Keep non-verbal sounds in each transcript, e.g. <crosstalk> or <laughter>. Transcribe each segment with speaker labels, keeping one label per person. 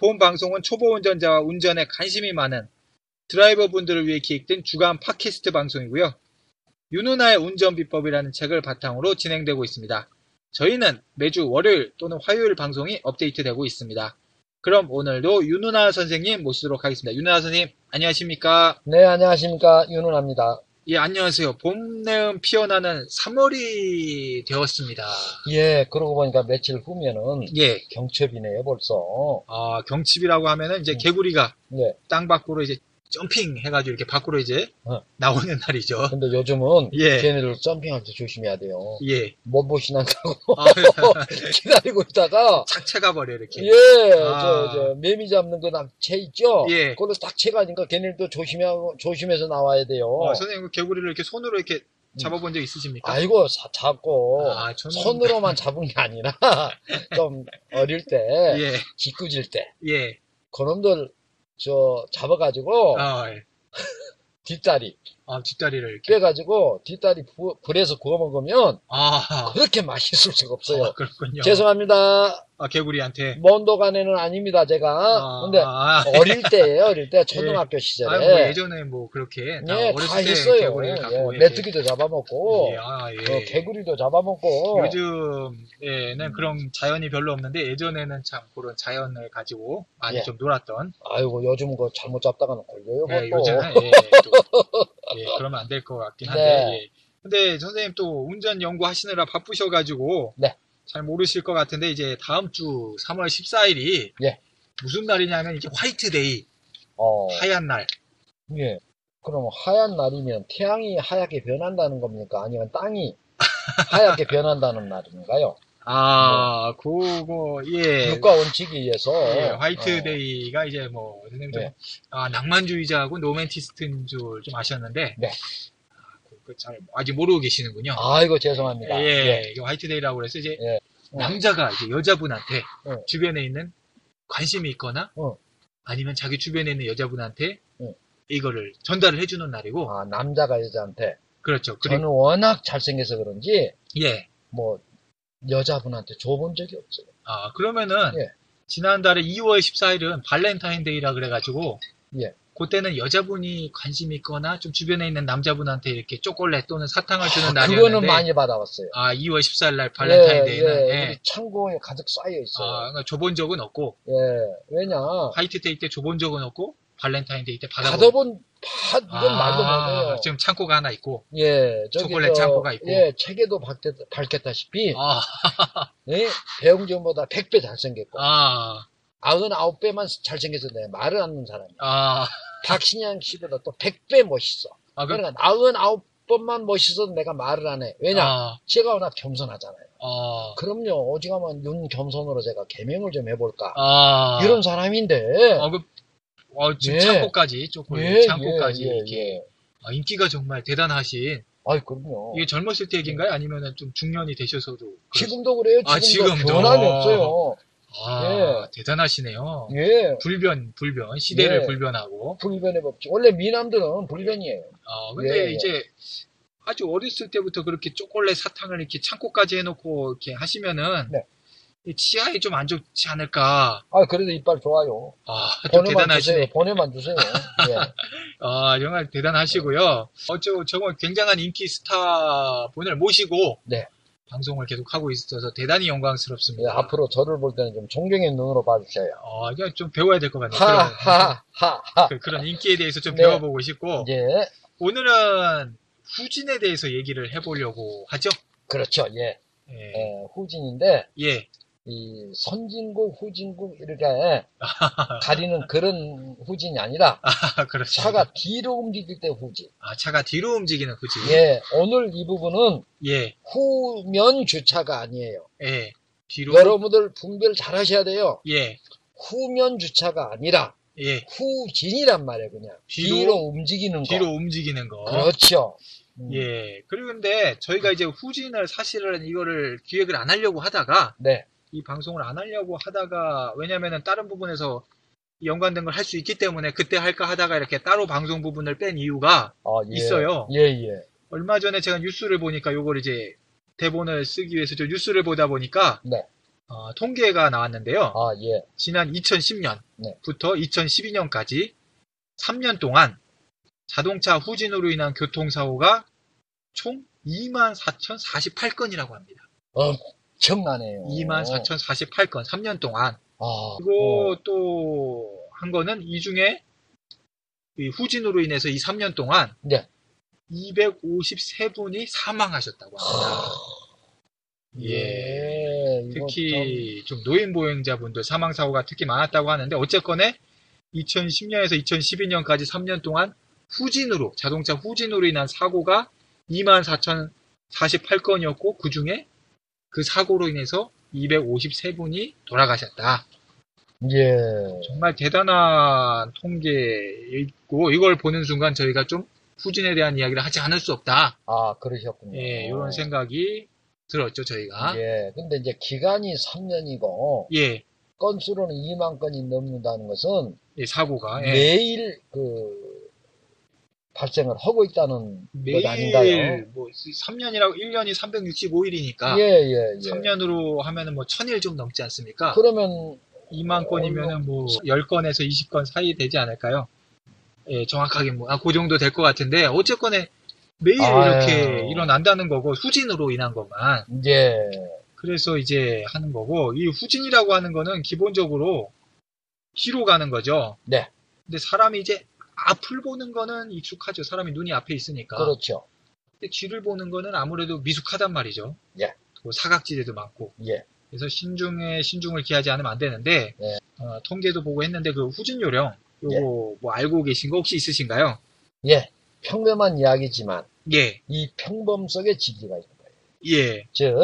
Speaker 1: 본 방송은 초보 운전자와 운전에 관심이 많은 드라이버 분들을 위해 기획된 주간 팟캐스트 방송이고요. 윤누나의 운전 비법이라는 책을 바탕으로 진행되고 있습니다. 저희는 매주 월요일 또는 화요일 방송이 업데이트되고 있습니다. 그럼 오늘도 윤누나 선생님 모시도록 하겠습니다. 윤누나 선생님, 안녕하십니까?
Speaker 2: 네, 안녕하십니까. 윤은아입니다.
Speaker 1: 예, 안녕하세요. 봄내음 피어나는 3월이 되었습니다.
Speaker 2: 예, 그러고 보니까 며칠 후면은
Speaker 1: 예.
Speaker 2: 경첩이네요, 벌써.
Speaker 1: 아, 경칩이라고 하면은 이제
Speaker 2: 음.
Speaker 1: 개구리가
Speaker 2: 네.
Speaker 1: 땅 밖으로 이제 점핑 해가지고 이렇게 밖으로 이제
Speaker 2: 어.
Speaker 1: 나오는
Speaker 2: <laughs>
Speaker 1: 날이죠.
Speaker 2: 근데 요즘은
Speaker 1: 예.
Speaker 2: 걔네들 점핑할 때 조심해야 돼요.
Speaker 1: 예.
Speaker 2: 몸보신한다고
Speaker 1: 아,
Speaker 2: <laughs> 기다리고 있다가,
Speaker 1: 착채가 버려, 이렇게.
Speaker 2: 예,
Speaker 1: 아.
Speaker 2: 저, 저, 매미 잡는 거딱채 있죠?
Speaker 1: 예.
Speaker 2: 그걸로 딱 채가니까 걔네들도 조심해, 조심해서 나와야 돼요.
Speaker 1: 어, 선생님, 그 개구리를 이렇게 손으로 이렇게 잡아본 적 있으십니까?
Speaker 2: 음. 아이고, 사- 잡고,
Speaker 1: 아, 저는-
Speaker 2: 손으로만 잡은 게 아니라, <laughs> 좀 어릴 때,
Speaker 1: 예,
Speaker 2: 짓궂을 때,
Speaker 1: 예.
Speaker 2: 그놈들, 저, 잡아가지고,
Speaker 1: 아, 예.
Speaker 2: 뒷다리,
Speaker 1: 아, 뒷다리를 이렇게.
Speaker 2: 그래가지고 뒷다리 부- 불에서 구워 먹으면
Speaker 1: 아,
Speaker 2: 그렇게 맛있을 수가 없어요.
Speaker 1: 아, 그렇군요.
Speaker 2: 죄송합니다.
Speaker 1: 아, 개구리한테.
Speaker 2: 먼도간에는 아닙니다, 제가.
Speaker 1: 아,
Speaker 2: 근데
Speaker 1: 아,
Speaker 2: 어릴 때예요, 어릴 때. 초등학교 시절에.
Speaker 1: 아유, 뭐 예전에 뭐 그렇게. 나
Speaker 2: 예, 다
Speaker 1: 어렸을 때
Speaker 2: 했어요.
Speaker 1: 개구리를 갖고
Speaker 2: 예,
Speaker 1: 이렇게
Speaker 2: 메뚜기도 잡아먹고,
Speaker 1: 예, 아, 예.
Speaker 2: 어, 개구리도 잡아먹고. 음.
Speaker 1: 요즘에는 그런 자연이 별로 없는데 예전에는 참 그런 자연을 가지고 많이
Speaker 2: 예.
Speaker 1: 좀 놀았던
Speaker 2: 아이고, 요즘 그 잘못 잡다가는 걸려요,
Speaker 1: 예,
Speaker 2: 그것도.
Speaker 1: 요즘은 예, 또,
Speaker 2: <laughs>
Speaker 1: 예, 그러면 안 될 것 같긴 한데
Speaker 2: 네.
Speaker 1: 예. 근데 선생님 또 운전 연구하시느라 바쁘셔가지고
Speaker 2: 네.
Speaker 1: 잘 모르실 것 같은데 이제 다음 주 3월 14일이
Speaker 2: 예.
Speaker 1: 무슨 날이냐면 이게 화이트데이
Speaker 2: 어,
Speaker 1: 하얀 날
Speaker 2: 예. 그럼 하얀 날이면 태양이 하얗게 변한다는 겁니까? 아니면
Speaker 1: <laughs>
Speaker 2: 땅이 하얗게 변한다는 날인가요?
Speaker 1: 아, 그거, 예.
Speaker 2: 물가 원칙에 의해서.
Speaker 1: 예,
Speaker 2: 어,
Speaker 1: 화이트데이가 이제 뭐 선생님 좀
Speaker 2: 네.
Speaker 1: 아, 낭만주의자하고 로맨티스트인 줄 좀 아셨는데
Speaker 2: 네.
Speaker 1: 그, 잘 아직 모르고 계시는군요.
Speaker 2: 아이고 죄송합니다.
Speaker 1: 예,
Speaker 2: 예.
Speaker 1: 이게 화이트데이라고 그래서 이제
Speaker 2: 예. 어.
Speaker 1: 남자가 이제 여자분한테
Speaker 2: 어.
Speaker 1: 주변에 있는 관심이 있거나
Speaker 2: 어.
Speaker 1: 아니면 자기 주변에 있는 여자분한테
Speaker 2: 어.
Speaker 1: 이거를 전달을 해주는 날이고
Speaker 2: 아, 남자가 여자한테
Speaker 1: 그렇죠. 그리고
Speaker 2: 저는 워낙 잘생겨서 그런지
Speaker 1: 예,
Speaker 2: 뭐 여자분한테 줘본 적이 없어요.
Speaker 1: 아 그러면은
Speaker 2: 예.
Speaker 1: 지난달에 2월 14일은 발렌타인데이라 그래가지고
Speaker 2: 예.
Speaker 1: 그때는 여자분이 관심 있거나 좀 주변에 있는 남자분한테 이렇게 초콜릿 또는 사탕을 주는 날이었는데
Speaker 2: 아, 그거는 많이 받아봤어요.
Speaker 1: 아 2월 14일 날 발렌타인데이는
Speaker 2: 예, 그렇죠.
Speaker 1: 예.
Speaker 2: 예, 우리 창고에 가득 쌓여 있어요.
Speaker 1: 아, 그러니까 줘본 적은 없고
Speaker 2: 예, 왜냐
Speaker 1: 화이트데이 때 줘본 적은 없고 발렌타인데이 때 받아본
Speaker 2: 받아본 받은 말도 못해요.
Speaker 1: 지금 창고가 하나 있고
Speaker 2: 예, 저기
Speaker 1: 초콜릿
Speaker 2: 저,
Speaker 1: 창고가 있고.
Speaker 2: 예, 책에도 밝혔, 밝혔다시피
Speaker 1: 아,
Speaker 2: 예? 배용준보다 100배 잘생겼고
Speaker 1: 아,
Speaker 2: 99배만 잘생겨서 내가 말을 하는 사람이야.
Speaker 1: 아,
Speaker 2: 박신양 씨보다 또 100배 멋있어.
Speaker 1: 아, 그-
Speaker 2: 그러니까 나흔아홉 번만 멋있어도 내가 말을 안 해. 왜냐?
Speaker 1: 아,
Speaker 2: 제가 워낙 겸손하잖아요.
Speaker 1: 아,
Speaker 2: 그럼요. 오지가만 윤 겸손으로 제가 개명을 좀 해볼까.
Speaker 1: 아,
Speaker 2: 이런 사람인데.
Speaker 1: 아, 그, 어, 지금
Speaker 2: 예.
Speaker 1: 창고까지 초콜릿 뭐 창고까지 이렇게
Speaker 2: 예.
Speaker 1: 아, 인기가 정말 대단하신
Speaker 2: 아이, 그럼요.
Speaker 1: 이게 젊었을 때
Speaker 2: 네.
Speaker 1: 얘기인가요? 아니면은 좀 중년이 되셔서도 예, 그러-
Speaker 2: 지금도 그래요.
Speaker 1: 아,
Speaker 2: 지금도
Speaker 1: 지금도.
Speaker 2: 변함이 없어요.
Speaker 1: 아
Speaker 2: 네.
Speaker 1: 대단하시네요.
Speaker 2: 예.
Speaker 1: 불변 불변 시대를
Speaker 2: 예.
Speaker 1: 불변하고
Speaker 2: 불변의 법칙. 원래 미남들은 불변이에요.
Speaker 1: 아 근데
Speaker 2: 예, 예.
Speaker 1: 이제 아주 어렸을 때부터 그렇게 초콜릿 사탕을 이렇게 창고까지 해놓고 이렇게 하시면은
Speaker 2: 네.
Speaker 1: 이 치아에 좀 안 좋지 않을까.
Speaker 2: 아, 그래도 이빨 좋아요.
Speaker 1: 아또
Speaker 2: 번호만
Speaker 1: 대단하시네.
Speaker 2: 주세요. 번호만 주세요.
Speaker 1: <laughs>
Speaker 2: 예.
Speaker 1: 아, 정말 대단하시고요. 어쩌고 정말 굉장한 인기 스타 분을 모시고
Speaker 2: 네.
Speaker 1: 방송을 계속 하고 있어서 대단히
Speaker 2: 예,
Speaker 1: 영광스럽습니다.
Speaker 2: 앞으로 저를 볼 때는 좀 존경의 눈으로 봐주세요.
Speaker 1: 어, 이제 좀 배워야 될 것 같네요.
Speaker 2: 하, 하, 하, 하.
Speaker 1: 그런, 그- 그런 인기에 대해서 좀
Speaker 2: 네.
Speaker 1: 배워보고 싶고
Speaker 2: 예.
Speaker 1: 오늘은 후진에 대해서 얘기를 해보려고 하죠.
Speaker 2: 그렇죠. 예.
Speaker 1: 예.
Speaker 2: 예, 후진인데
Speaker 1: 예. <laughs>
Speaker 2: 이 선진국, 후진국 이렇게 가리는 그런 후진이 아니라
Speaker 1: 아, 그렇죠.
Speaker 2: 차가 뒤로 움직일 때 후진.
Speaker 1: 아, 차가 뒤로 움직이는 후진.
Speaker 2: 예, 오늘 이 부분은
Speaker 1: 예.
Speaker 2: 후면 주차가 아니에요.
Speaker 1: 예. 뒤로.
Speaker 2: 여러분들 분별 잘 하셔야 돼요.
Speaker 1: 예.
Speaker 2: 후면 주차가 아니라
Speaker 1: 예.
Speaker 2: 후진이란 말이에요, 그냥.
Speaker 1: 뒤로-
Speaker 2: 뒤로, 움직이는 거.
Speaker 1: 뒤로 움직이는 거.
Speaker 2: 그렇죠. 음,
Speaker 1: 예. 그리고 근데 저희가 이제 후진을 사실은 이거를 기획을 안 하려고 하다가
Speaker 2: 네.
Speaker 1: 이 방송을 안 하려고 하다가 왜냐면은 다른 부분에서 연관된 걸 할 수 있기 때문에 그때 할까 하다가 이렇게 따로 방송 부분을 뺀 이유가
Speaker 2: 아, 예.
Speaker 1: 있어요.
Speaker 2: 예, 예.
Speaker 1: 얼마 전에 제가 뉴스를 보니까 요걸 이제 대본을 쓰기 위해서 저 뉴스를 보다 보니까
Speaker 2: 네.
Speaker 1: 어, 통계가 나왔는데요.
Speaker 2: 아, 예.
Speaker 1: 지난 2010년부터
Speaker 2: 네.
Speaker 1: 2012년까지 3년 동안 자동차 후진으로 인한 교통사고가 총 24,048건이라고 합니다.
Speaker 2: 정나네요.
Speaker 1: 24,048건 3년 동안.
Speaker 2: 아,
Speaker 1: 그리고 또 한 거는 이 중에 이 후진으로 인해서 이 3년 동안
Speaker 2: 네.
Speaker 1: 253분이 사망하셨다고 합니다.
Speaker 2: 예. 이거
Speaker 1: 특히 좀 노인 보행자분들 사망 사고가 특히 많았다고 하는데 어쨌건에 2010년에서 2012년까지 3년 동안 후진으로 자동차 후진으로 인한 사고가 24,048건이었고 그 중에 그 사고로 인해서 253분이 돌아가셨다.
Speaker 2: 좀, 예.
Speaker 1: 정말 대단한 통계이고 이걸 보는 순간 저희가 좀 후진에 대한 이야기를 하지 않을 수 없다.
Speaker 2: 아, 그러셨군요.
Speaker 1: 예, 이런 생각이 들었죠 저희가.
Speaker 2: 어. 예. 근데 이제 기간이 3년이고,
Speaker 1: 예,
Speaker 2: 건수로는 2만 건이 넘는다는 것은
Speaker 1: 예, 사고가 예.
Speaker 2: 매일 그, 발생을 하고 있다는
Speaker 1: 매일
Speaker 2: 것 아닌가요?
Speaker 1: 뭐 3년이라고 1년이 365일이니까
Speaker 2: 예, 예, 예.
Speaker 1: 아, 3년으로 하면은 뭐 1000일 좀 넘지 않습니까?
Speaker 2: 그러면,
Speaker 1: 2만 건이면은 뭐 10건에서 20건 사이 되지 않을까요? 예, 정확하게 뭐 아 그 정도 될 것 같은데 어쨌건에 매일
Speaker 2: 아유.
Speaker 1: 이렇게 일어난다는 거고 후진으로 인한 것만
Speaker 2: 예,
Speaker 1: 그래서 이제 하는 거고 이 후진이라고 하는 거는 기본적으로 뒤로 가는 거죠.
Speaker 2: 네.
Speaker 1: 근데 사람이 이제 앞을 보는 거는 익숙하죠. 사람이 눈이 앞에 있으니까.
Speaker 2: 그렇죠.
Speaker 1: 근데 뒤를 보는 거는 아무래도 미숙하단 말이죠.
Speaker 2: 예.
Speaker 1: 또 사각지대도 많고.
Speaker 2: 예.
Speaker 1: 그래서 신중에 신중을 기하지 않으면 안 되는데
Speaker 2: 예.
Speaker 1: 어, 통계도 보고 했는데 그 후진 요령 요거
Speaker 2: 예.
Speaker 1: 뭐 알고 계신 거 혹시 있으신가요?
Speaker 2: 예. 평범한 이야기지만,
Speaker 1: 예,
Speaker 2: 이 평범 속에 진리가 있는 거예요.
Speaker 1: 예,
Speaker 2: 즉,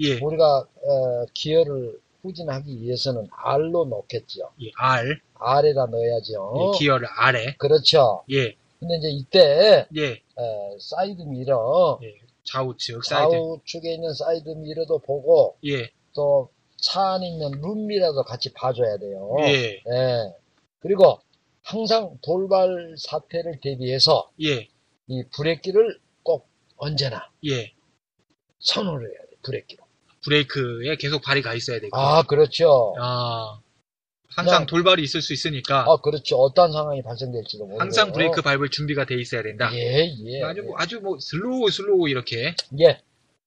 Speaker 1: 예,
Speaker 2: 우리가, 어, 기여를 후진하기 위해서는 R로 놓겠죠.
Speaker 1: 예, 알,
Speaker 2: R에다 넣어야죠.
Speaker 1: 예, 기어를 아래,
Speaker 2: 그렇죠.
Speaker 1: 예,
Speaker 2: 근데 이제 이때,
Speaker 1: 예,
Speaker 2: 어, 사이드 미러,
Speaker 1: 예. 좌우측 사이드,
Speaker 2: 좌우측에 있는 사이드 미러도 보고,
Speaker 1: 예,
Speaker 2: 또 차 안에 있는 룸미러도 같이 봐줘야 돼요.
Speaker 1: 예,
Speaker 2: 예. 그리고 항상 돌발 사태를 대비해서
Speaker 1: 예,
Speaker 2: 이 브레이크를 꼭 언제나
Speaker 1: 예,
Speaker 2: 선호를 해야 돼, 브레이크로.
Speaker 1: 브레이크에 계속 발이 가 있어야 되고.
Speaker 2: 아, 그렇죠.
Speaker 1: 아, 항상
Speaker 2: 그냥-
Speaker 1: 돌발이 있을 수 있으니까
Speaker 2: 아, 네. 어. 그렇죠. 어떤 상황이 발생될지도 모르고.
Speaker 1: 항상 브레이크 밟을 준비가 돼 있어야 된다.
Speaker 2: 예, 예.
Speaker 1: 아주 뭐- 아주 뭐 슬로우 슬로우 이렇게.
Speaker 2: 예.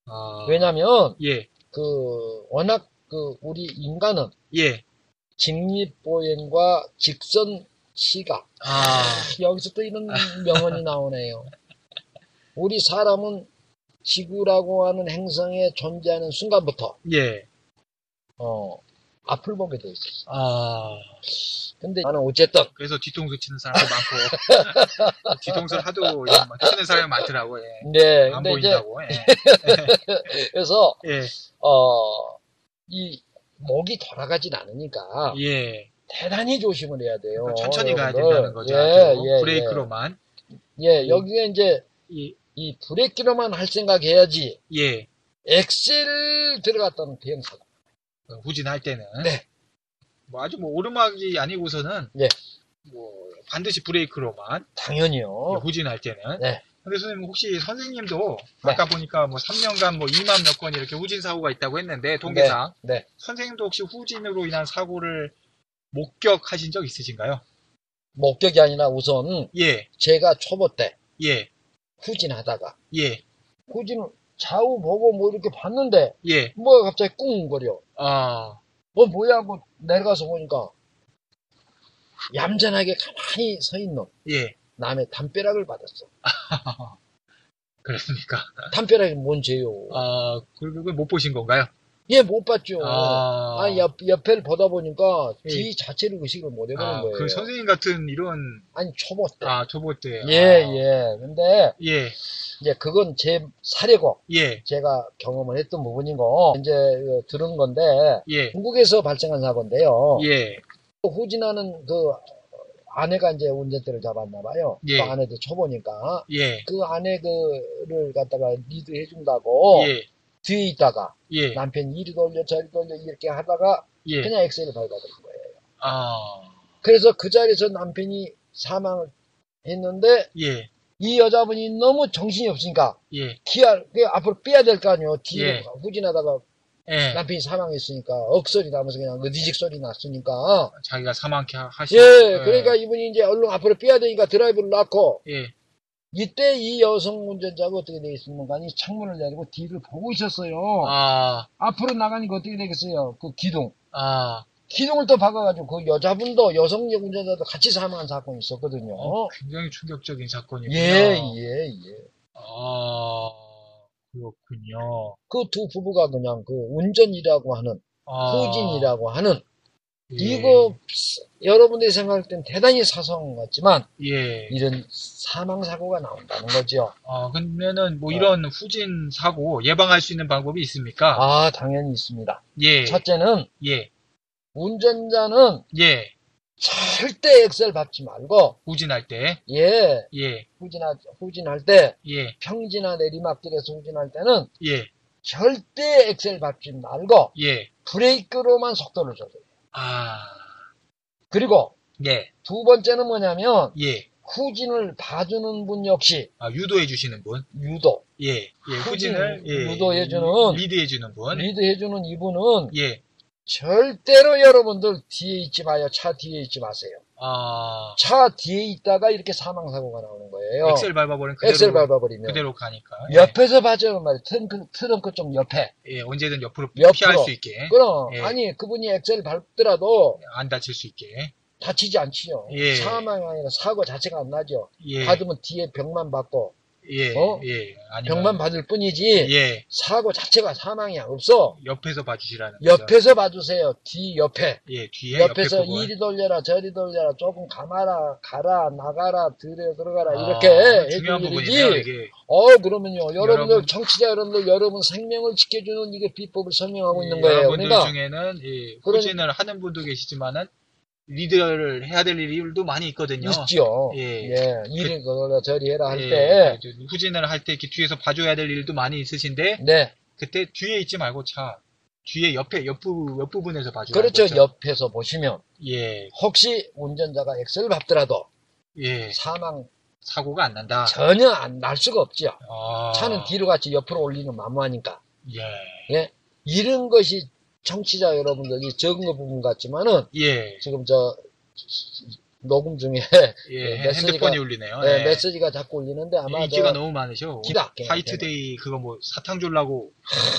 Speaker 1: 아,
Speaker 2: 왜냐면,
Speaker 1: 예,
Speaker 2: 그, 워낙 그, 우리 인간은
Speaker 1: 예,
Speaker 2: 직립보행과 직선 시각.
Speaker 1: 아,
Speaker 2: 여기서 또 이런 명언이 나오네요. 우리 사람은 지구라고 하는 행성에 존재하는 순간부터
Speaker 1: 예,
Speaker 2: 어, 앞을 보게 돼 있어.
Speaker 1: 아.
Speaker 2: 근데 나는 어쨌든
Speaker 1: 그래서 뒤통수 치는 사람도 많고
Speaker 2: <laughs>
Speaker 1: 뒤통수를 하도 이런 막 치는 사람이 많더라고. 예.
Speaker 2: 네,
Speaker 1: 안
Speaker 2: 근데 이제
Speaker 1: 보인다고. 예.
Speaker 2: 그래서 <laughs>
Speaker 1: 예,
Speaker 2: 어, 이 목이 돌아가진 않으니까
Speaker 1: 예.
Speaker 2: 대단히 조심을 해야 돼요.
Speaker 1: 그러니까 천천히 가야
Speaker 2: 여러분들.
Speaker 1: 된다는 거죠.
Speaker 2: 어, 예,
Speaker 1: 아주.
Speaker 2: 예,
Speaker 1: 브레이크로만.
Speaker 2: 예, 예 여기에 이제
Speaker 1: 예,
Speaker 2: 이 브레이크로만 할 생각해야지
Speaker 1: 예.
Speaker 2: 엑셀 들어갔다는 대형사.
Speaker 1: 어, 후진할 때는
Speaker 2: 네.
Speaker 1: 뭐 아주 뭐 오르막이 아니고서는
Speaker 2: 예.
Speaker 1: 뭐 반드시 브레이크로만
Speaker 2: 당연히요.
Speaker 1: 후진할 때는
Speaker 2: 어. 네.
Speaker 1: 근데 선생님 혹시 선생님도 아까 보니까 뭐 3년간 뭐 2만 몇 건 이렇게 후진 사고가 있다고 했는데 통계상
Speaker 2: 네, 네.
Speaker 1: 선생님도 혹시 후진으로 인한 사고를 목격하신 적 있으신가요?
Speaker 2: 목격이 아니라 우선
Speaker 1: 예,
Speaker 2: 제가 초보 때
Speaker 1: 예,
Speaker 2: 후진하다가
Speaker 1: 예,
Speaker 2: 후진 좌우 보고 뭐 이렇게 봤는데
Speaker 1: 예,
Speaker 2: 뭐가 갑자기 꿍거려.
Speaker 1: 아,
Speaker 2: 어 뭐야 하고 내려가서 보니까 얌전하게 가만히 서 있는
Speaker 1: 예,
Speaker 2: 남의 담벼락을 받았어.
Speaker 1: <laughs> 그렇습니까?
Speaker 2: 담벼락이 뭔 죄요?
Speaker 1: 아, 결국은 못 보신 건가요?
Speaker 2: 예, 못 봤죠. 아,
Speaker 1: 아,
Speaker 2: 옆, 옆에를 보다 보니까
Speaker 1: 예.
Speaker 2: 뒤 자체를 의식을 못 해보는
Speaker 1: 아,
Speaker 2: 거예요.
Speaker 1: 그 선생님 같은 이런,
Speaker 2: 아니, 초보 때.
Speaker 1: 아, 초보 때.
Speaker 2: 예,
Speaker 1: 아,
Speaker 2: 예. 근데,
Speaker 1: 예,
Speaker 2: 이제 그건 제 사례고,
Speaker 1: 예,
Speaker 2: 제가 경험을 했던 부분이고, 이제 어, 들은 건데,
Speaker 1: 예,
Speaker 2: 중국에서 발생한 사고인데요.
Speaker 1: 예,
Speaker 2: 후진하는 그 아내가 이제 운전대를 잡았나 봐요.
Speaker 1: 예.
Speaker 2: 그 아내도 초보니까.
Speaker 1: 예,
Speaker 2: 그 아내 그를 갖다가 리드해 준다고
Speaker 1: 예,
Speaker 2: 뒤에 있다가
Speaker 1: 예,
Speaker 2: 남편이 이리 돌려 저리 돌려 이렇게 하다가
Speaker 1: 예.
Speaker 2: 그냥 엑셀을 밟아버린 거예요.
Speaker 1: 아,
Speaker 2: 그래서 그 자리에서 남편이 사망을 했는데
Speaker 1: 예,
Speaker 2: 이 여자분이 너무 정신이 없으니까
Speaker 1: 예,
Speaker 2: 기아 그 앞으로 빼야 될 거 아니에요. 뒤로
Speaker 1: 예.
Speaker 2: 후진하다가
Speaker 1: 예.
Speaker 2: 남편이 사망했으니까 억소리 나면서 그냥 으디직 소리 났으니까
Speaker 1: 자기가 사망케 하시.
Speaker 2: 예, 그러니까 이분이 이제 얼른 앞으로 빼야 되니까 드라이브를 놓고
Speaker 1: 예,
Speaker 2: 이때 이 여성 운전자가 어떻게 되어 있습니까? 이 창문을 열고 뒤를 보고 있었어요.
Speaker 1: 아,
Speaker 2: 앞으로 나가니까 어떻게 되겠어요? 그 기둥.
Speaker 1: 아,
Speaker 2: 기둥을 또 박아가지고 그 여자분도 여성 운전자도 같이 사망한 사건이 있었거든요.
Speaker 1: 어, 굉장히 충격적인 사건이군요.
Speaker 2: 예, 예, 예.
Speaker 1: 아, 그렇군요.
Speaker 2: 그 두 부부가 그냥 그 운전이라고 하는,
Speaker 1: 아,
Speaker 2: 후진이라고 하는,
Speaker 1: 예,
Speaker 2: 이거 여러분들이 생각할 땐 대단히 사소한 것 같지만,
Speaker 1: 예.
Speaker 2: 이런 사망사고가 나온다는 거죠.
Speaker 1: 아, 그러면은 뭐 이런 후진 사고 예방할 수 있는 방법이 있습니까?
Speaker 2: 아, 당연히 있습니다.
Speaker 1: 예,
Speaker 2: 첫째는,
Speaker 1: 예,
Speaker 2: 운전자는
Speaker 1: 예.
Speaker 2: 절대 엑셀 밟지 말고,
Speaker 1: 후진할 때,
Speaker 2: 예,
Speaker 1: 예,
Speaker 2: 후진하, 후진할 때,
Speaker 1: 예,
Speaker 2: 평지나 내리막길에서 후진할 때는
Speaker 1: 예,
Speaker 2: 절대 엑셀 밟지 말고,
Speaker 1: 예.
Speaker 2: 브레이크로만 속도를 줘요.
Speaker 1: 아,
Speaker 2: 그리고
Speaker 1: 예,
Speaker 2: 두 번째는 뭐냐면,
Speaker 1: 예.
Speaker 2: 후진을 봐주는 분 역시
Speaker 1: 아, 유도해 주시는 분.
Speaker 2: 유도,
Speaker 1: 예, 예. 후진을
Speaker 2: 후진을
Speaker 1: 예,
Speaker 2: 유도해 주는-
Speaker 1: 리드해 주는 분.
Speaker 2: 리드해주는 이분은
Speaker 1: 예.
Speaker 2: 절대로 여러분들 뒤에 있지 마요. 차 뒤에 있지 마세요.
Speaker 1: 아,
Speaker 2: 차 뒤에 있다가 이렇게 사망사고가 나오는 거예요.
Speaker 1: 엑셀 밟아버린 그대로
Speaker 2: 어, 엑셀 밟아버리면.
Speaker 1: 그대로 네. 가니까.
Speaker 2: 옆에서 봐주는 말이에요. 트렁크, 트렁크 쪽 옆에.
Speaker 1: 예, 예, 언제든 옆으로
Speaker 2: 옆으로.
Speaker 1: 피할 수 있게,
Speaker 2: 그럼
Speaker 1: 예.
Speaker 2: 아니 그분이 엑셀 밟더라도
Speaker 1: 안 다칠 수 있게.
Speaker 2: 다치지 않지요.
Speaker 1: 예.
Speaker 2: 사망이 아니라 사고 자체가 안 나죠.
Speaker 1: 예,
Speaker 2: 받으면 뒤에 병만 받고
Speaker 1: 예,
Speaker 2: 어?
Speaker 1: 예. 아니면
Speaker 2: 병만 받을 뿐이지
Speaker 1: 예,
Speaker 2: 사고 자체가 사망이 없어.
Speaker 1: 옆에서 봐주시라는 거죠.
Speaker 2: 옆에서 봐주세요. 뒤 옆에.
Speaker 1: 예, 뒤에
Speaker 2: 옆에서
Speaker 1: 옆에 부분.
Speaker 2: 이리 돌려라 저리 돌려라 조금 감아라 가라 나가라 들여 들어가라
Speaker 1: 아,
Speaker 2: 이렇게
Speaker 1: 중요한
Speaker 2: 해주는
Speaker 1: 부분이네요,
Speaker 2: 일이지
Speaker 1: 이게.
Speaker 2: 어 그러면요 여러분들
Speaker 1: 여러분-
Speaker 2: 정치자 여러분들 여러분 생명을 지켜주는 이게 비법을 설명하고
Speaker 1: 예,
Speaker 2: 있는 거예요
Speaker 1: 여러분들
Speaker 2: 그러니까
Speaker 1: 중에는 예,
Speaker 2: 그런-
Speaker 1: 후진을 하는 분도 계시지만은 리드를 해야 될 일도 많이 있거든요.
Speaker 2: 있죠
Speaker 1: 예. 그
Speaker 2: 예, 이리 돌려라 저리 해라
Speaker 1: 예,
Speaker 2: 할 때
Speaker 1: 저 후진을 할 때 이렇게 뒤에서 봐줘야 될 일도 많이 있으신데
Speaker 2: 네.
Speaker 1: 그때 뒤에 있지 말고 차 뒤에 옆에 옆부 옆부분에서 봐줘야
Speaker 2: 그렇죠. 옆에서 보시면
Speaker 1: 예,
Speaker 2: 혹시 운전자가 엑셀을 밟더라도
Speaker 1: 예,
Speaker 2: 사망
Speaker 1: 사고가 안 난다.
Speaker 2: 전혀 안 날 수가 없지요.
Speaker 1: 아,
Speaker 2: 차는 뒤로 같이 옆으로 올리는 만무하니까
Speaker 1: 예,
Speaker 2: 이런 것이 청취자 여러분들이 적은 것 부분 같지만은
Speaker 1: 예,
Speaker 2: 지금 저 녹음 중에
Speaker 1: 예,
Speaker 2: 네, 메시지가-
Speaker 1: 핸드폰이 울리네요.
Speaker 2: 네,
Speaker 1: 예.
Speaker 2: 메시지가 자꾸 울리는데 아마
Speaker 1: 인기가
Speaker 2: 저
Speaker 1: 너무 많으셔.
Speaker 2: 기다, 기다,
Speaker 1: 화이트데이 그거 뭐 사탕 줄라고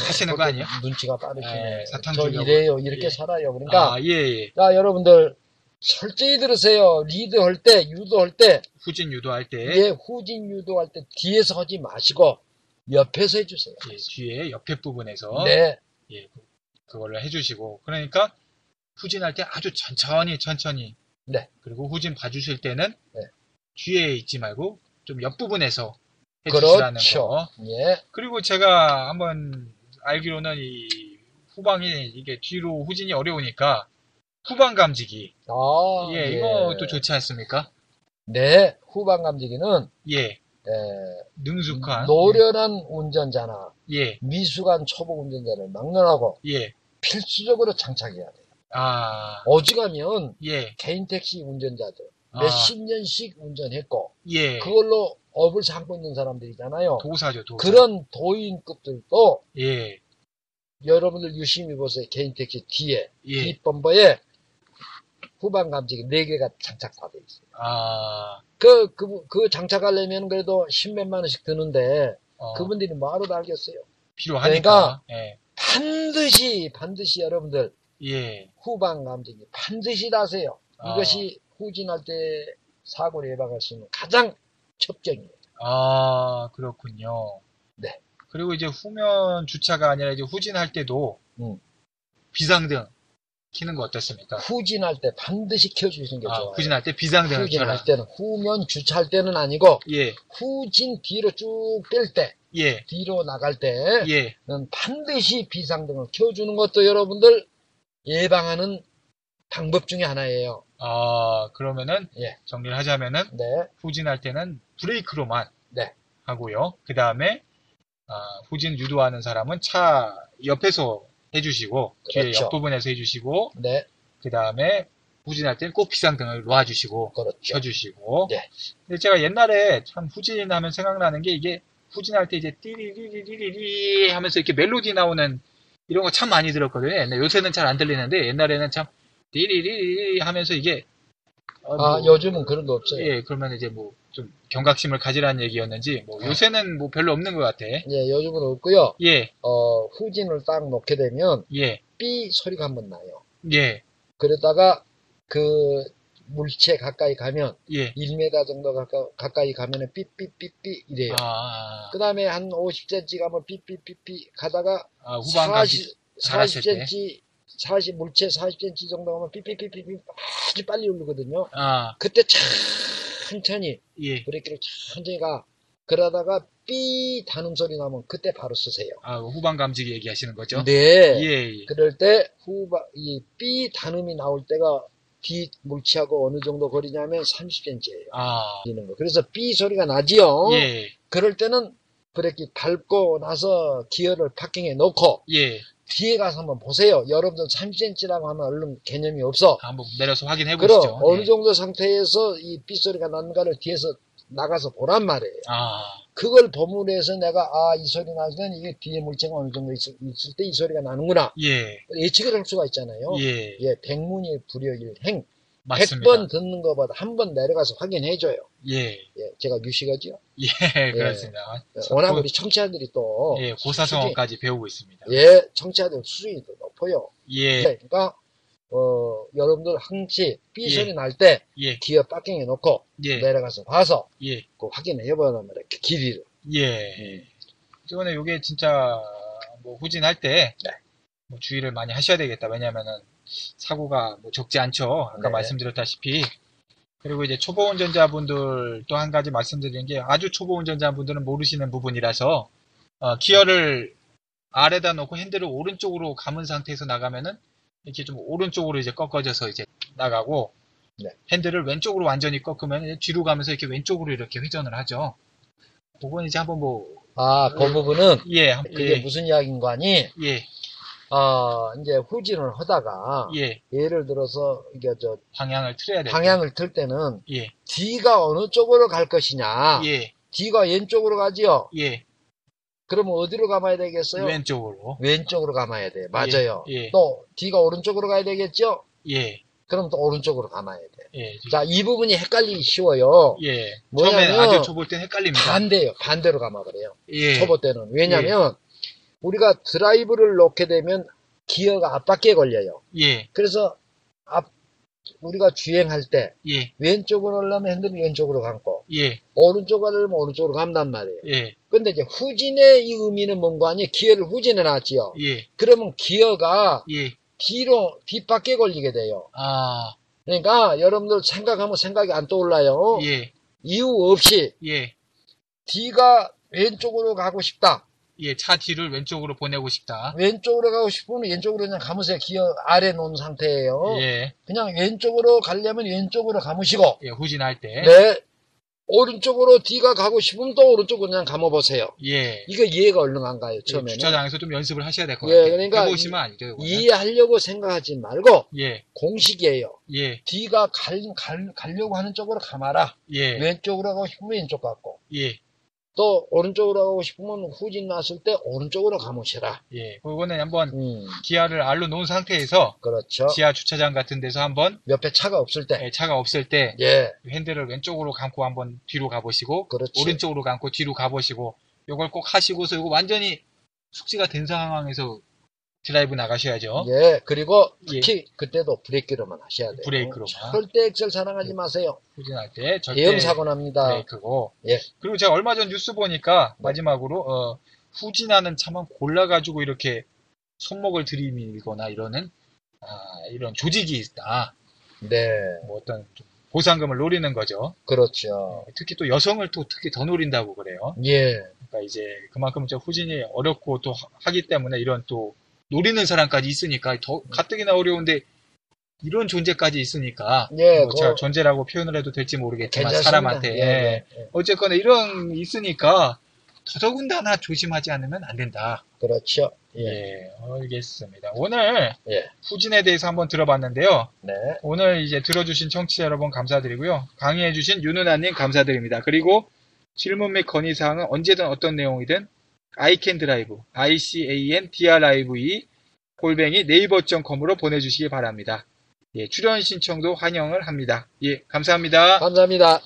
Speaker 1: 하시는 거 아니에요?
Speaker 2: 눈치가
Speaker 1: 예,
Speaker 2: 빠르시네.
Speaker 1: 사탕
Speaker 2: 저
Speaker 1: 주려고.
Speaker 2: 이래요. 이렇게
Speaker 1: 예.
Speaker 2: 살아요. 그러니까
Speaker 1: 아, 예, 예.
Speaker 2: 자 여러분들 철저히 들으세요. 리드할 때, 유도할 때
Speaker 1: 후진 유도할 때
Speaker 2: 예, 후진 유도할 때 뒤에서 하지 마시고 옆에서 해주세요.
Speaker 1: 예, 뒤에 옆에 부분에서
Speaker 2: 네,
Speaker 1: 예, 그- 그걸로 해주시고 그러니까 후진할 때 아주 천천히 천천히
Speaker 2: 네.
Speaker 1: 그리고 후진 봐주실 때는
Speaker 2: 네.
Speaker 1: 뒤에 있지 말고 좀 옆 부분에서 해주시라는
Speaker 2: 그렇죠.
Speaker 1: 거.
Speaker 2: 예,
Speaker 1: 그리고 제가 한번 알기로는 이 후방이 이게 뒤로 후진이 어려우니까 후방 감지기
Speaker 2: 아,
Speaker 1: 예, 이것도 좋지 않습니까?
Speaker 2: 네, 후방 감지기는
Speaker 1: 예,
Speaker 2: 예,
Speaker 1: 능숙한
Speaker 2: 노련한 운전자나
Speaker 1: 예,
Speaker 2: 미숙한 초보 운전자를 막론하고
Speaker 1: 예,
Speaker 2: 필수적으로 장착해야 돼요.
Speaker 1: 아,
Speaker 2: 어지간하면
Speaker 1: 예,
Speaker 2: 개인 택시 운전자들
Speaker 1: 아.
Speaker 2: 몇십 년씩 운전했고
Speaker 1: 예,
Speaker 2: 그걸로 업을 삼고 있는 사람들이잖아요.
Speaker 1: 도사죠, 도사.
Speaker 2: 그런 도인급들도
Speaker 1: 예,
Speaker 2: 여러분들 유심히 보세요. 개인 택시 뒤에
Speaker 1: 예.
Speaker 2: 뒷범퍼에 후방 감지기 4개가 장착돼 있어요.
Speaker 1: 아,
Speaker 2: 그, 그, 그 장착하려면 그래도 십몇만 원씩 드는데,
Speaker 1: 어,
Speaker 2: 그분들이 뭐하러 달겠어요?
Speaker 1: 필요하니까. 예,
Speaker 2: 반드시, 반드시 여러분들,
Speaker 1: 예,
Speaker 2: 후방 감지기 반드시 다세요.
Speaker 1: 아.
Speaker 2: 이것이 후진할 때 사고를 예방할 수 있는 가장 첩정이에요.
Speaker 1: 아, 그렇군요.
Speaker 2: 네.
Speaker 1: 그리고 이제 후면 주차가 아니라 이제 후진할 때도
Speaker 2: 음.
Speaker 1: 비상등 키는 거 어떻습니까?
Speaker 2: 후진할 때 반드시 켜주시는 게
Speaker 1: 아,
Speaker 2: 좋아요.
Speaker 1: 후진할 때
Speaker 2: 네,
Speaker 1: 비상등을 켜라.
Speaker 2: 후진할 그렇죠. 때는 후면 주차할 때는 아니고
Speaker 1: 예,
Speaker 2: 후진 뒤로 쭉 뺄 때,
Speaker 1: 예,
Speaker 2: 뒤로 나갈 때는
Speaker 1: 예.
Speaker 2: 반드시 비상등을 켜주는 것도 여러분들 예방하는 방법 중에 하나예요.
Speaker 1: 아, 그러면은
Speaker 2: 예.
Speaker 1: 정리를 하자면은
Speaker 2: 네,
Speaker 1: 후진할 때는 브레이크로만
Speaker 2: 네.
Speaker 1: 하고요. 그 다음에 후진 유도하는 사람은 차 옆에서 해주시고 뒤에
Speaker 2: 그렇죠.
Speaker 1: 옆 부분에서 해주시고
Speaker 2: 네,
Speaker 1: 그 다음에 후진할 때는 꼭 비상등을 놓아주시고
Speaker 2: 그렇죠.
Speaker 1: 켜주시고.
Speaker 2: 네.
Speaker 1: 근데 제가 옛날에 참 후진하면 생각나는 게 이게 후진할 때 이제 띠리리리리리 하면서 이렇게 멜로디 나오는 이런 거 참 많이 들었거든요. 옛날- 요새는 잘 안 들리는데 옛날에는 참 띠리리리 하면서 이게 어,
Speaker 2: 아,
Speaker 1: 뭐,
Speaker 2: 요즘은 그런 거 없어요.
Speaker 1: 예 그러면 이제 뭐 좀 경각심을 가지라는 얘기였는지 뭐
Speaker 2: 네.
Speaker 1: 요새는 뭐 별로 없는 것 같아.
Speaker 2: 예, 요즘은 없고요.
Speaker 1: 예
Speaker 2: 어, 후진을 딱 놓게 되면
Speaker 1: 예,
Speaker 2: 삐 소리가 한번 나요.
Speaker 1: 예,
Speaker 2: 그러다가 그 물체 가까이 가면
Speaker 1: 예.
Speaker 2: 1m 정도 가까, 가까이 가면은 삐삐삐삐 이래요.
Speaker 1: 아,
Speaker 2: 그 다음에 한 50cm 가면 뭐 삐삐삐삐 가다가
Speaker 1: 아, 후반까지 잘하실
Speaker 2: 40,
Speaker 1: 때.
Speaker 2: 40cm, 40 물체 40cm 정도 가면 뭐 삐삐삐삐삐 아주 빨리 오르거든요.
Speaker 1: 아,
Speaker 2: 그때 천천히
Speaker 1: 예.
Speaker 2: 브레이크를 천천히 가. 그러다가 삐 다는 소리 나면 그때 바로 쓰세요.
Speaker 1: 아, 후반 감지기 얘기하시는 거죠?
Speaker 2: 네.
Speaker 1: 예, 예.
Speaker 2: 그럴 때 후바 이삐 단음이 나올 때가 뒤 물체하고 어느 정도 거리냐면 30cm예요.
Speaker 1: 아,
Speaker 2: 는 거. 그래서 삐 소리가 나지요.
Speaker 1: 예,
Speaker 2: 그럴 때는 브레이크 밟고 나서 기어를 파킹에 넣고
Speaker 1: 예.
Speaker 2: 뒤에 가서 한번 보세요. 여러분들 30cm라고 하면 얼른 개념이 없어.
Speaker 1: 한번 내려서 확인해
Speaker 2: 그럼
Speaker 1: 보시죠. 예.
Speaker 2: 어느 정도 상태에서 이 삐 소리가 나는가를 뒤에서 나가서 보란 말이에요.
Speaker 1: 아,
Speaker 2: 그걸 보물로 해서 내가 아 이 소리 나면 이게 뒤에 물체가 어느 정도 있을, 때 이 소리가 나는구나
Speaker 1: 예,
Speaker 2: 예측을 할 수가 있잖아요.
Speaker 1: 예,
Speaker 2: 예, 백문이 불여일행.
Speaker 1: 맞습니다.
Speaker 2: 100번 듣는 것보다 한 번 내려가서 확인해줘요.
Speaker 1: 예, <laughs>
Speaker 2: 예, 제가 유식하지요.
Speaker 1: 예, 그렇습니다.
Speaker 2: 예, 워낙
Speaker 1: 고-
Speaker 2: 우리 청취자들이 또,
Speaker 1: 예, 고사성어까지 배우고 있습니다.
Speaker 2: 예, 청취자들 수준이 더 높아요.
Speaker 1: 예,
Speaker 2: 그러니까, 어, 여러분들 항시 삐
Speaker 1: 예.
Speaker 2: 소리 날 때
Speaker 1: 예,
Speaker 2: 기어 빠킹해 놓고
Speaker 1: 예,
Speaker 2: 내려가서 봐서
Speaker 1: 예,
Speaker 2: 그 확인해 보란 말이에요. 그 길이를.
Speaker 1: 예. 이번에 요게 진짜 뭐 후진할 때
Speaker 2: 네.
Speaker 1: 뭐 주의를 많이 하셔야 되겠다. 왜냐면은 사고가 뭐 적지 않죠. 아까
Speaker 2: 네.
Speaker 1: 말씀드렸다시피. 그리고 이제 초보 운전자분들 또 한 가지 말씀드리는 게 아주 초보 운전자분들은 모르시는 부분이라서 어, 기어를 아래다 놓고 핸들을 오른쪽으로 감은 상태에서 나가면은 이렇게 좀 오른쪽으로 이제 꺾어져서 이제 나가고
Speaker 2: 네.
Speaker 1: 핸들을 왼쪽으로 완전히 꺾으면 이제 뒤로 가면서 이렇게 왼쪽으로 이렇게 회전을 하죠. 그건 이제 한번 뭐
Speaker 2: 아, 그 부분은
Speaker 1: 예, 한-
Speaker 2: 그게
Speaker 1: 예,
Speaker 2: 무슨 이야기인 거 아니?
Speaker 1: 예,
Speaker 2: 아, 이제 후진을 하다가
Speaker 1: 예,
Speaker 2: 예를 들어서 이게 저
Speaker 1: 방향을 틀어야 돼.
Speaker 2: 아. 방향을 틀 때는
Speaker 1: 예,
Speaker 2: 뒤가 어느 쪽으로 갈 것이냐.
Speaker 1: 예,
Speaker 2: 뒤가 왼쪽으로 가지요.
Speaker 1: 예,
Speaker 2: 그러면 어디로 감아야 되겠어요?
Speaker 1: 왼쪽으로.
Speaker 2: 쪽으로 감아야 돼요. 맞아요.
Speaker 1: 예, 예.
Speaker 2: 또 뒤가 오른쪽으로 가야 되겠죠?
Speaker 1: 예,
Speaker 2: 그럼 또 오른쪽으로 감아야 돼요.
Speaker 1: 예, 저-
Speaker 2: 자, 이 부분이 헷갈리기 쉬워요.
Speaker 1: 예.
Speaker 2: 뭐냐면-
Speaker 1: 처음에 아주 초보 때 헷갈립니다.
Speaker 2: 반대요. 반대로 감아버려요.
Speaker 1: 예,
Speaker 2: 초보 때는. 왜냐면 하 우리가 드라이브를 놓게 되면 기어가 앞바퀴에 걸려요.
Speaker 1: 예,
Speaker 2: 그래서 앞 우리가 주행할 때
Speaker 1: 예,
Speaker 2: 왼쪽으로 올라면 핸들을 왼쪽으로 감고
Speaker 1: 예,
Speaker 2: 오른쪽으로 올라면 오른쪽으로 감단 말이에요.
Speaker 1: 예,
Speaker 2: 근데 이제 후진의 이 의미는 뭔가 아니 기어를 후진해 놨지요.
Speaker 1: 예,
Speaker 2: 그러면 기어가
Speaker 1: 예.
Speaker 2: 뒤로 뒷바퀴에 걸리게 돼요.
Speaker 1: 아,
Speaker 2: 그러니까 여러분들 생각하면 생각이 안 떠올라요.
Speaker 1: 예,
Speaker 2: 이유 없이
Speaker 1: 예,
Speaker 2: 뒤가 왼쪽으로 가고 싶다.
Speaker 1: 예. 차 뒤를 왼쪽으로 보내고 싶다.
Speaker 2: 왼쪽으로 가고 싶으면 왼쪽으로 그냥 감으세요. 기어 아래 놓은 상태예요.
Speaker 1: 예,
Speaker 2: 그냥 왼쪽으로 가려면 왼쪽으로 감으시고
Speaker 1: 예, 후진할 때.
Speaker 2: 네. 오른쪽으로 뒤가 가고 싶으면 또 오른쪽으로 그냥 감아보세요.
Speaker 1: 예.
Speaker 2: 이거 이해가 얼른 안 가요.
Speaker 1: 예,
Speaker 2: 처음에는.
Speaker 1: 주차장에서 좀 연습을 하셔야 될 것
Speaker 2: 예,
Speaker 1: 같아요.
Speaker 2: 그러니까
Speaker 1: 해보시면 알죠. 이거는.
Speaker 2: 이해하려고 생각하지 말고
Speaker 1: 예,
Speaker 2: 공식이에요.
Speaker 1: 예,
Speaker 2: 뒤가 갈, 갈, 가려고 하는 쪽으로 감아라.
Speaker 1: 예,
Speaker 2: 왼쪽으로 가고 싶으면 왼쪽 갖고
Speaker 1: 예,
Speaker 2: 또 오른쪽으로 가고 싶으면 후진 났을 때 오른쪽으로 감으시라.
Speaker 1: 예. 그거는 한번
Speaker 2: 음,
Speaker 1: 기아를 알로 놓은 상태에서
Speaker 2: 그렇죠.
Speaker 1: 지하 주차장 같은 데서 한번
Speaker 2: 옆에 차가 없을 때.
Speaker 1: 예, 차가 없을 때
Speaker 2: 예,
Speaker 1: 핸들을 왼쪽으로 감고 한번 뒤로 가보시고
Speaker 2: 그렇지.
Speaker 1: 오른쪽으로 감고 뒤로 가보시고 요걸 꼭 하시고서 요거 완전히 숙지가 된 상황에서 드라이브 나가셔야죠.
Speaker 2: 예, 그리고
Speaker 1: 예.
Speaker 2: 특히 그때도 브레이크로만 하셔야 돼요.
Speaker 1: 브레이크로만.
Speaker 2: 절대 엑셀 사랑하지 마세요.
Speaker 1: 후진할 때 절대 네.
Speaker 2: 대형 사고 납니다.
Speaker 1: 브레이크고.
Speaker 2: 예. 네.
Speaker 1: 그리고 제가 얼마 전 뉴스 보니까 마지막으로 어, 후진하는 차만 골라가지고 이렇게 손목을 들이밀거나 이러는 아, 이런 조직이 있다.
Speaker 2: 네,
Speaker 1: 뭐 어떤 좀 보상금을 노리는 거죠.
Speaker 2: 그렇죠.
Speaker 1: 특히 또 여성을 또 특히 더 노린다고 그래요.
Speaker 2: 예,
Speaker 1: 그러니까 이제 그만큼 저 후진이 어렵고 또 하- 하기 때문에 이런 또 노리는 사람까지 있으니까
Speaker 2: 음.
Speaker 1: 더 가뜩이나 어려운데 이런 존재까지 있으니까
Speaker 2: 예,
Speaker 1: 뭐 제가
Speaker 2: 그거-
Speaker 1: 존재라고 표현을 해도 될지 모르겠지만
Speaker 2: 괜찮습니다.
Speaker 1: 사람한테
Speaker 2: 예, 예, 예.
Speaker 1: 어쨌거나 이런 있으니까 더더군다나 조심하지 않으면 안 된다.
Speaker 2: 그렇죠. 예,
Speaker 1: 예, 알겠습니다. 오늘
Speaker 2: 예.
Speaker 1: 후진에 대해서 한번 들어봤는데요.
Speaker 2: 네,
Speaker 1: 오늘 이제 들어주신 청취자 여러분 감사드리고요. 강의해주신 윤은아님 감사드립니다. 그리고 질문 및 건의사항은 언제든 어떤 내용이든 iCanDrive, I-C-A-N-D-R-I-V-E E 골뱅이 네이버.com으로 보내주시기 바랍니다. 예, 출연 신청도 환영을 합니다. 예, 감사합니다.
Speaker 2: 감사합니다.